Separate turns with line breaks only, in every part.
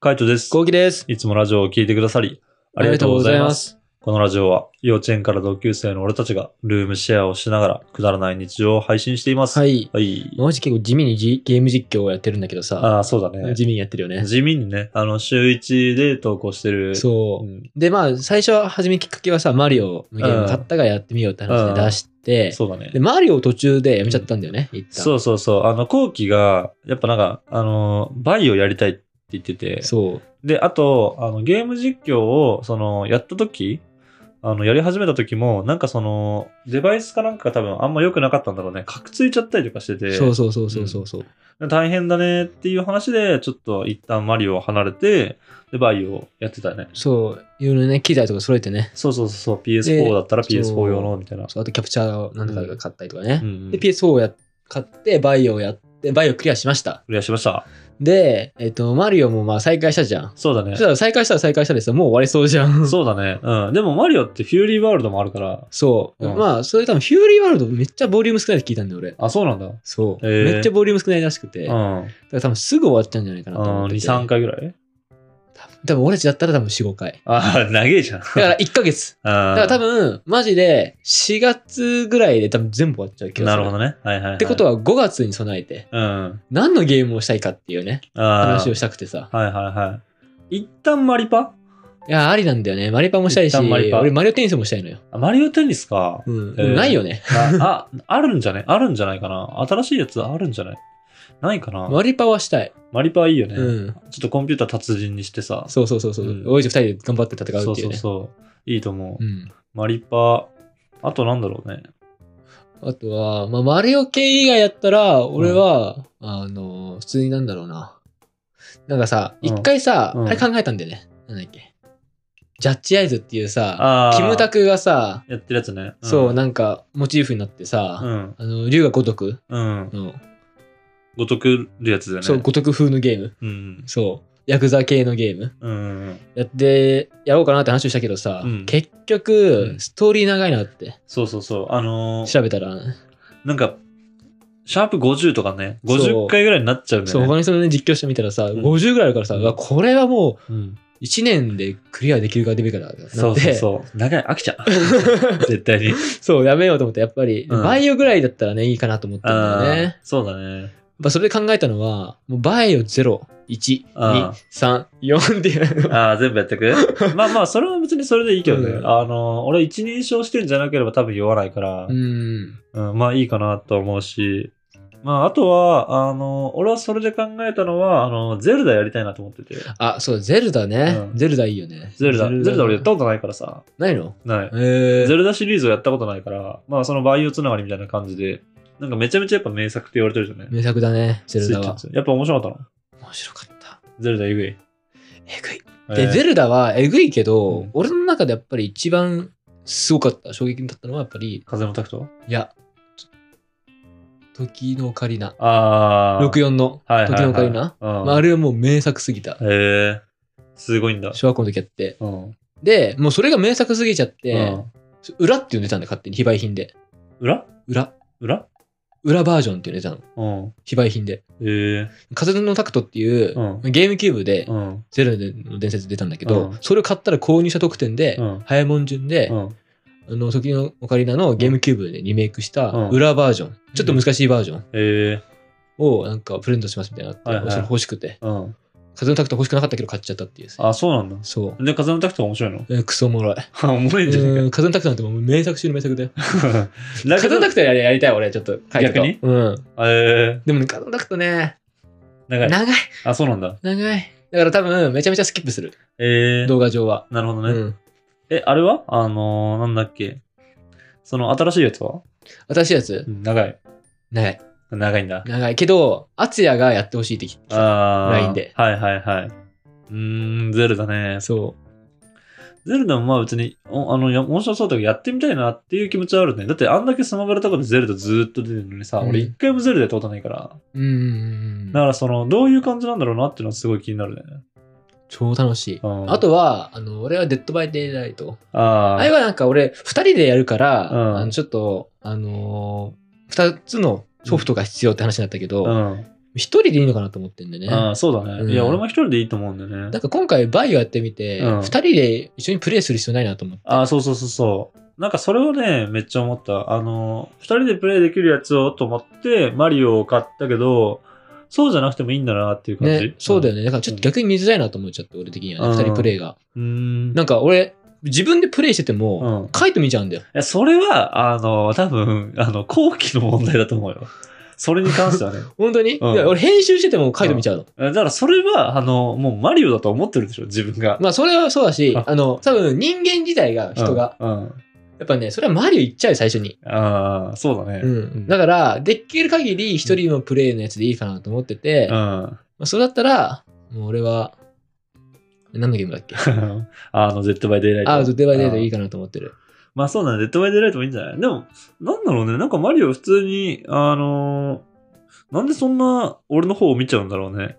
カイトです。
ゴーキです。
いつもラジオを聞いてくださり、ありがとうございます。このラジオは、幼稚園から同級生の俺たちが、ルームシェアをしながら、くだらない日常を配信しています。。
はいい。マジ結構地味にじゲーム実況をやってるんだけどさ、
ああ、そうだね。
地味にやってるよね。
地味にね、あの、週1で投稿してる。
そうう。
ん
で、まあ、最初は初めきっかけはさ、マリオのゲーム買ったからやってみようって話で出して、
そうだね
で、。マリオを途中でやめちゃったんだよね、一旦。
そうそうそう。あの、後期が、やっぱなんか、あの、バイオやりたいって言ってて、
そう。
で、あと、あの、ゲーム実況を、その、やった時あの、やり始めた時も、なんかその、デバイスかなんかが多分あんま良くなかったんだろうね。かくついちゃったりとかしてて、
そうそうそうそうそうそう。
大変だねっていう話で、ちょっと一旦マリオを離れて、で、バイオをやってたね。
そう。いろいろね、機材とか揃えてね。
そうそうそう、PS4 だったら PS4 用のみたいな。
そうあとキャプチャーをなんだか買ったりとかね。
うんうん
で、PS4 をや買って、バイオをやって、バイオクリアしました。
クリアしました。
で、えっ、と、マリオもまあ再開したじゃん。
そうだね
そし。たら再開したら再開したでさ、もう終わりそうじゃん。
そうだね。うん。でもマリオってフューリーワールドもあるから、
そう。
うん
まあ、それ多分、ヒューリーワールドめっちゃボリューム少ないって聞いたんだよ、俺。
あ、そうなんだ。う
そう。
へえ
めっちゃボリューム少ないらしくて。だか
ん。
ら多分すぐ終わっちゃうんじゃないか
うん、
なと思
2、
ってて。
3。回ぐらい
多分俺たちだったら多分4、5回。
ああ、長えじゃん。だ
だから1ヶ月。だから多分、マジで4月ぐらいで多分全部終わっちゃう気が
な
する。
るほど
ね。
ね。はいはい、はい。
ってことは5月に備えて、
うん。
何のゲームをしたいかっていうね、話
話
をしたくてさ。
はいはいはい。一旦マリパ
いや、ありなんだよね。マリパもしたいし、
一旦マリパ
俺マリオテニスもしたいのよ。
あマリオテニス か。
うん。
へえ
ないよね。
あ、ああるんじゃないあるんじゃないかな。新しいやつあるんじゃないないかな。
マリパはしたい。
マリパいいよね、
うん。
ちょっとコンピューター達人にしてさ。
そうそうそうそう。
うん
おいじ2人で頑張って戦う
そ
っ
う
てい
そうう
ね。
そう。いいと思う。
うん。
マリパ、あとなんだろうね。
あとは、まあ、マリオ系以外やったら、俺は、あの、普通になんだろうな。なんかさ、
うん
一回さ、
うん
あれ考えたんだよね。なんだっけ。ジャッジアイズっていうさ、
ああ。
キムタクがさ、
やってるやつね。ん
そう、なんか、モチーフになってさ、
うん。
あの、竜が如く
うん。
の、
ごとくるやつだよね。
そう、。如く風のゲーム。
うん。
そう、ヤクザ系のゲーム。
うん。
やって、やろうかなって話をしたけどさ、
うん
結
う
局、
ん
ストーリー長いなって、
そうそうそう。あのー
調べたら、
なんか、シャープ50とかね、
そ
50
う
回ぐらいになっちゃうんだ
そう、
よ
他
ね。
の人のね、実況してみたらさ、
ん
50ぐらいあるからさ、
うん
うわこれはもう、
うん
1年でクリアできるかできるかだなって
そうそうそう。長い、飽きちゃ う。絶対に。
そうやめようと思ってやっぱり、
うん
バイオぐらいだったらねいいかなと思ったんだよねや
あーそうだね。
っぱそれで考えたのはもうバイオ
ああ
01234ってい う
ああ、全部や ってくまあまあ、それは別にそれでいいけどね。
うん
あの、俺一人称視点じゃなければ多分酔わないから、
うん
うんまあいいかなと思うし、まああとは、あの、俺はそれで考えたのは、あの、ゼルダやりたいなと思ってて。
あそうゼルダね、
うん
ゼルダいいよね
ゼルダ、ゼルダ俺やった
と
ことないからさ。
ないの
ない。
へえ
ゼルダシリーズをやったことないから、まあそのバイオつながりみたいな感じで、なんかめちゃめちゃやっぱ名作って言われてるじゃない
名作だねゼルダは
スイッチのやつやっぱ面白かったの
面白かった
ゼルダえぐい。
えぐい
え
で、ゼルダはえぐいけど、
うん
俺の中でやっぱり一番すごかった衝撃だったのはやっぱり
風のタクト
いや、時のオカリナ。
ああ。
64の
はいはいはい
時のオカリナ。
うん
まあ、あれはもう名作すぎた。
へえ、すごいんだ。
小学校の時やって。
うん。
で、もうそれが名作すぎちゃって
う、ん
裏って呼んでたんだ、勝手に。非売品で。
裏
裏。
裏
裏バージョンって呼んでたの。
うん。
非売品で。
へえ。
風のタクトっていう、
う
ゲームキューブで、
うん。
ゼルダの伝説出たんだけど、
うん
それを買ったら購入者特典で、
うん
早いもん順で、
うん。
あの、時のオカリナのゲームキューブでリメイクした
うん
裏バージョン、ちょっと難しいバージョン
へえ。
をなんかプレゼントしますみたいなの
はい
あ
は
って、
い
それ欲しくて、
うん。
風のタクト欲しくなかったけど買っちゃったっていうさ。
あ、そうなんだ。
そう。
で、風のタクトが面白いの
えークソおもろい。
おもろいんじゃ ね
うん 風のタクトなんてもう名作中の名作だよ。
えか。だけ
風
ど
のタクトやりやりたい俺、ちょっと書いてた。
逆に
うん。
へえ。
でもね、風のタクトね、
長い。
長い、
あ、そうなんだ。
長い。だから多分、めちゃめちゃスキップする。
へえ。
動画上は。
なるほど
う
ね。
ん。
え、あれはあのー、なんだっけ。その新しいやつは
新しいやつ
う、ん長い。
長い。
長いんだ。
長い。けど、アツヤがやってほしいって聞いた。
ああ。
ラインで
はいはいはい。うーん、ゼルダね。
そ
ゼルダもまあ別に、おあの、や面白そうだけど、やってみたいなっていう気持ちはあるね。だってあんだけスマブラとかでゼルダずーっと出てるのにさ、
うん
俺一回もゼルダやったことないから。
う。うんうん
だ
うん。
からその、どういう感じなんだろうなっていうのはすごい気になるね。
超楽しい。
うん
あとは、あの、俺はデッドバイデイライト。
あ
あ
あ。
れはなんか俺、二人でやるから、
うん
あのちょっと、あのー二つのソフトが必要って話になったけど、
うん。
一人でいいのかなと思ってんでね。
ああ、そうだね。
うん
いや、俺も一人でいいと思うんだよ
な
ね
ん。か今回バイをやってみて、二、
うん
人で一緒にプレイする必要ないなと思って。
ああ、そうそうそうそう。なんかそれをね、めっちゃ思った。あの、二人でプレイできるやつをと思って、マリオを買ったけど、そうじゃなくてもいいんだなっていう感じ。
ね、そうだよ
ね。
ね。だからちょっと逆に見づらいなと思っちゃって、俺的にはね。
うん
二、人プレイが。
うーん。
なんか俺、自分でプレイしてても、
うん
カイト見ちゃうんだよ。
いや、それは、あの、多分、あの、後期の問題だと思うよ。それに関してはね。
本当に、
うん
いや俺編集しててもカイト見ちゃうの。
だから、それは、あの、もうマリオだと思ってるでしょ、自分が。
まあそれはそうだし、
あ
あの、多分人間自体が、人が。
うん。うん
やっぱね、それはマリオ行っちゃうよ最初に。
ああ、そうだね。
うん。だから、できる限り一人のプレイのやつでいいかなと思ってて、まあそれだったら、もう俺は、何のゲームだっけ
うん。 あの、デッドバイデイライト。
あ、デバイデートいい
か。
かなと思ってる。
まあそうだね、デッドバイデイライトもいいんじゃないでも、なんだろうね、なんかマリオ普通に、あのーなんでそんな俺の方を見ちゃうんだろうね。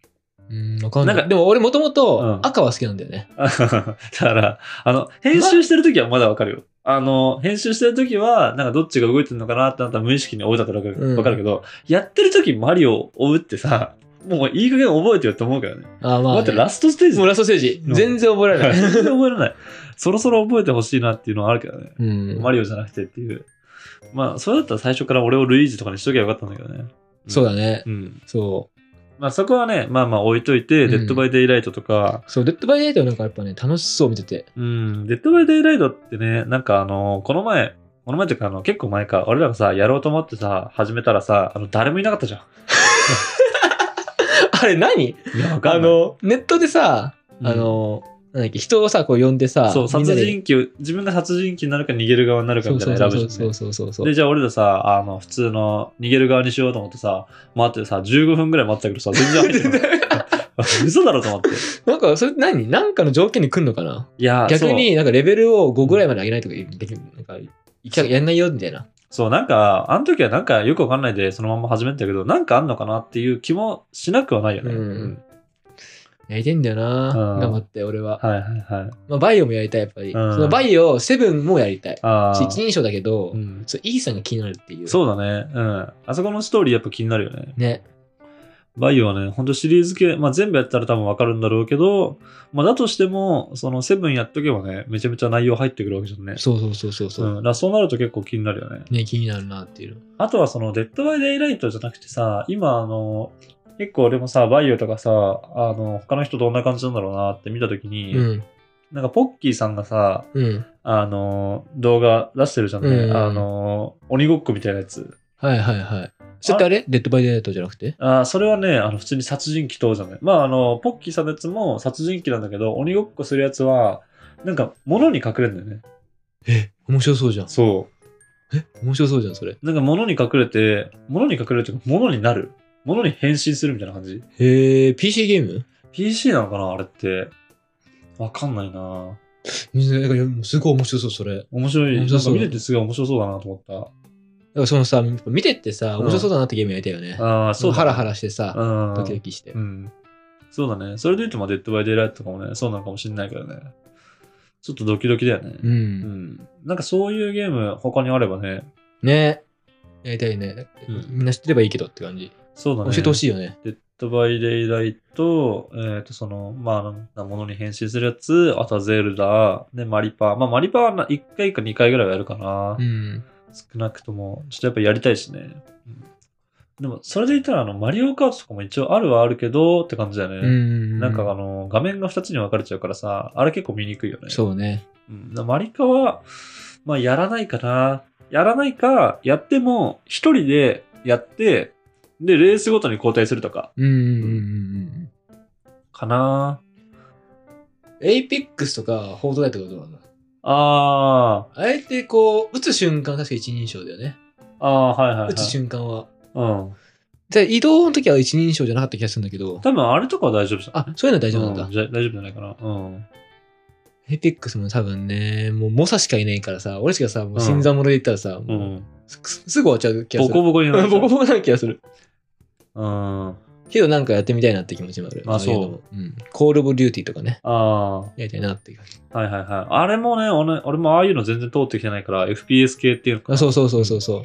うん、わかんない。
なんか
でも俺もとも
うん
と赤は好きなんだよね。
だから、あの、編集してる時はまだわかるよ。あの、編集してる時は、なんかどっちが動いてるのかなってなったら無意識に追うだからわかる,、
うん
わかるけど、やってる時マリオを追うってさ、もういい加減覚えてよって思うからね。
あ、まあ、
だ
ね。
ってラストステージ
もうラストステージ。
うん
全然覚えられない。
全然覚えられない。そろそろ覚えてほしいなっていうのはあるけどね。
うん。
マリオじゃなくてっていう。まあ、それだったら最初から俺をルイージとかにしときゃよかったんだけどね。
そうだね。
うん。
そ
まあ、そこはね、まあまあ置いといて、
うん
デッドバイデイライトとか、
う。そう、デッドバイデートなんかやっぱね、楽しそう見てて。
うん、デッドバイデイライトってね、なんかあの、この前、この前っていうかあの、結構前か、俺らがさ、やろうと思ってさ、始めたらさ、あの、誰もいなかったじゃ
あれ何
ん。いや、わか
あ
んない。
の、ネットでさ、
うん
あの、なんだっけ、人をさ、こう呼んでさ、
そう、
みんな
殺
で
人鬼、自分が殺人鬼になるか逃げる側になるかみたいな選ぶじゃん、ね。
そうそうそうそうそうそう
で、じゃあ俺らさ、あの、普通の逃げる側にしようと思ってさ、待ってさ、15分ぐらい待ってたけどさ、全然入 ってこない嘘だろと思って。
なんか、それ何なんかの条件に来んのかない
や、
逆
そう。
になんかレベルを5ぐらいまで上げないとかできるなんか、いきなりやんないよみたいな。
そう、なんか、あの時はなんかよくわかんないで、そのまんま始めてたけど、なんかあんのかなっていう気もしなくはないよね。
うんやりたいんだよな
うん
頑張って、俺は。
はいはいはい。
まあ、バイオもやりたい、やっぱり。そ
うん
のバイオ、セブンもやりたい。
ああ。
一人称だけど
う、ん
そう、イーさんが気になるっていう。
そうだね。うん。あそこのストーリーやっぱ気になるよね。
ね。
バイオはね、ほんとシリーズ系、まあ全部やったら多分わかるんだろうけど、まあだとしても、そのセブンやっとけばね、めちゃめちゃ内容入ってくるわけじゃんね。
そうそうそうそうそう
うん。だ。からそうなると結構気になるよね。
ね、気になるなっていう。
あとはその、デッドバイデイライトじゃなくてさ、今あの、結構俺もさ、バイオとかさ、あの、他の人どんな感じなんだろうなって見たときに、
うん。
なんかポッキーさんがさ、
うん。
あの、動画出してるじゃんね。
うん
あの、鬼ごっこみたいなやつ。
はいはいはい。それってあれデッドバイデートじゃなくて
あーそれはね、あの、普通に殺人鬼等じゃない。まあ、あの、ポッキーさんのやつも殺人鬼なんだけど、鬼ごっこするやつは、なんか、物に隠れるんだよね。
え、面白そうじゃん。
そ
面白そうじゃん、それ。
う。なんか、物に隠れて、物に隠れるというか、物になる。物に変身するみたいな感じ。
へえ、PC ゲーム
PC なのかなあれって。わかんないな
なんかすごい面白そう、それ。
面白い。な
面白
んか
そう
見ててすごい面白そうだなと思っ
だからそのさ、見てってさ、
うん
面白そうだなってゲームやりたいよね。
た。ああ、そうだ、
ハラハ
ラ。
ラしてさ、
うん。
ドキドキして
う。ん。そうだね。それで言うと、まあ、デッドバイデイライトとかもね、そうなのかもしれないけどね。ちょっとドキドキだよね。
う。
うんん。なんかそういうゲーム、他にあればね。
ねやりたいね。
うん
みんな知ってればいいけどって感じ。
そうだ
教
ね。
えてほし
い。
いよね。
デッドバイデイライト、えっ、と、その、まあ、なんかものに変身するやつ、あとはゼルダ、で、マリパー。まあ、マリパーはな1回か2回ぐらいはやるかな。
うん。
少なくとも、ちょっとやっぱやりたいしね。うんでも、それで言ったら、あの、マリオカートとかも一応あるはあるけど、って感じだよね。
うん。
なんかあの、画面が2つに分かれちゃうからさ、あれ結構見にくいよね。
そうね。
うん。だからマリカは、まあ、やらないかな。やらないか、やっても、一人でやって、で、レースごとに交代するとか、
うんうんうんうん
かな。
うん。エイピックスとか、フォートナイトとかどうなの
あ
あえてこう、打つ瞬間確か一人称だよね。
ー、あー、はいはい、はい。
打つ瞬間は。
うん。
で移動の時は一人称じゃなかった気がするんだけど、
多分、あれとかは大丈夫じゃん。
あ、そういうのは大丈夫なん
う
だ
ん。じゃ大丈夫じゃないかな。うん。
エイペックスも多分ね、もう猛者しかいないからさ、俺しかさ、もう新参者で言ったらさ、
う。
もうんすすぐ終わっちゃう気が
ボ
する
コ。ボコになっちゃう
ボコボコな気がする。
うん。
けどなんかやってみたいなって気持ちもある。
あそう
いのもうん。コールオブデューティーとかね。
ああ。
やりたいなっていう感じ。
はいはいはい。あれもね、俺俺もああいうの全然通ってきてないから、FPS 系っていうのか
あ
な
そうそうそうそうそう。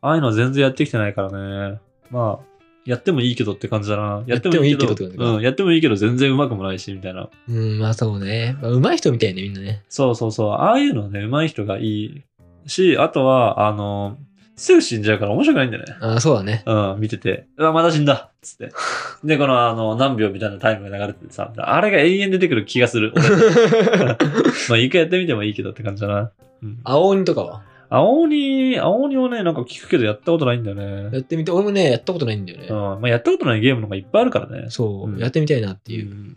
ああいうの全然やってきてないからね。まあ、やってもいいけどって感じだな。
やってもいいけ
や
ど
ってもいいけどうん、やってもいいけど全然うまくもないし、みたいな。
うん、まあそうね。まあ、上手い人みたいね、みんなね。
そうそうそう。ああいうのはね、上手い人がいいし、あとは、あの、すぐ死んじゃうから面白くないんだよね。
ああ、そう だね。
うん、見てて。うわ、まだ死んだっつって。で、この、あの、何秒みたいなタイムが流れててさ、あれが永遠出てくる気がする。俺まあ、一回やってみてもいいけどって感じだな。うん。
青鬼とかは
青鬼、青鬼をね、なんか聞くけどやったことないんだよ
や
ね。
ってみて、俺もね、やったことないんだよね。
うん。まあ、やったことないゲームの方がいっぱいあるからね。
そう、
うん
やってみたいなっていう。
ん。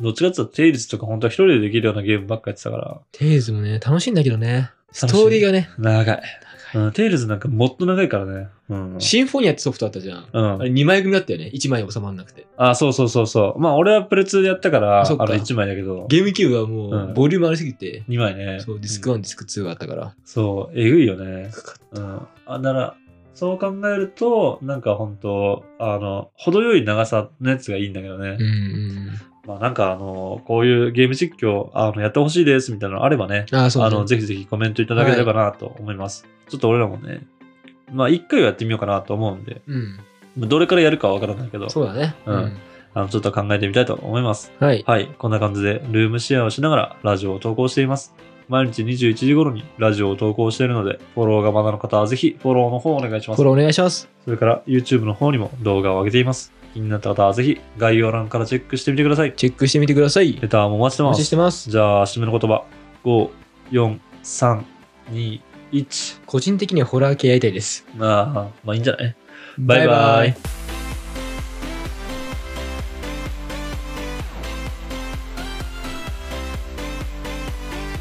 どっちかっていうと、テイルズとか本当は一人でできるようなゲームばっかやってたから。
テイズもね、楽しいんだけどね。ス
楽しい
トーリーがね、
長い。うん、テイルズなんかもっと長いからね。うん。
シンフォニアってソフトあったじゃん。
う
あ
ん、
れ2枚組だったよね。1枚収まんなくて。
あ、そうそうそうそう。まあ、俺はプレ2でやったから、あ
そ
の
っか
1枚だけど、
ゲームキューブはも
う
う、
ん
ボリュームありすぎて、
2枚ね。
そう、ディス
う
ク
ん
1、ディスク2があったから。
そう、えぐいよね。
かかっ
うん。あ、なら、そう考えると、なんか本当あの、程よい長さのやつがいいんだけどね。
うんうん
まあ、なんかあの、こういうゲーム実況、あの、やってほしいですみたいなのあればね、
うん。ああ、そう
あ
だ
の、
ね。
ぜひぜひコメントいただければなと思います。ちょっと俺らもね、まあ、一回はやってみようかなと思うんで、
うん。
まあどれからやるかはわからないけど、
そうだね。
うんあの、ちょっと考えてみたいと思います。
はい。
はい、こんな感じでルームシェアをしながらラジオを投稿しています。毎日21時頃にラジオを投稿しているので、フォローがまだの方はぜひフォローの方をお願いしま
こ
す
れ。お願いします。
それから YouTube の方にも動画を上げています。気になった方はぜひ概要欄からチェックしてみてください。
チェックしてみてください。
レターもお待ちして
お
ま
待ちし
す。
てます。
じゃあ、締めの言葉。5、4、3、2、1。
個人的にはホラー系やりたいです。
ああ、まあいいんじゃないバイバイ。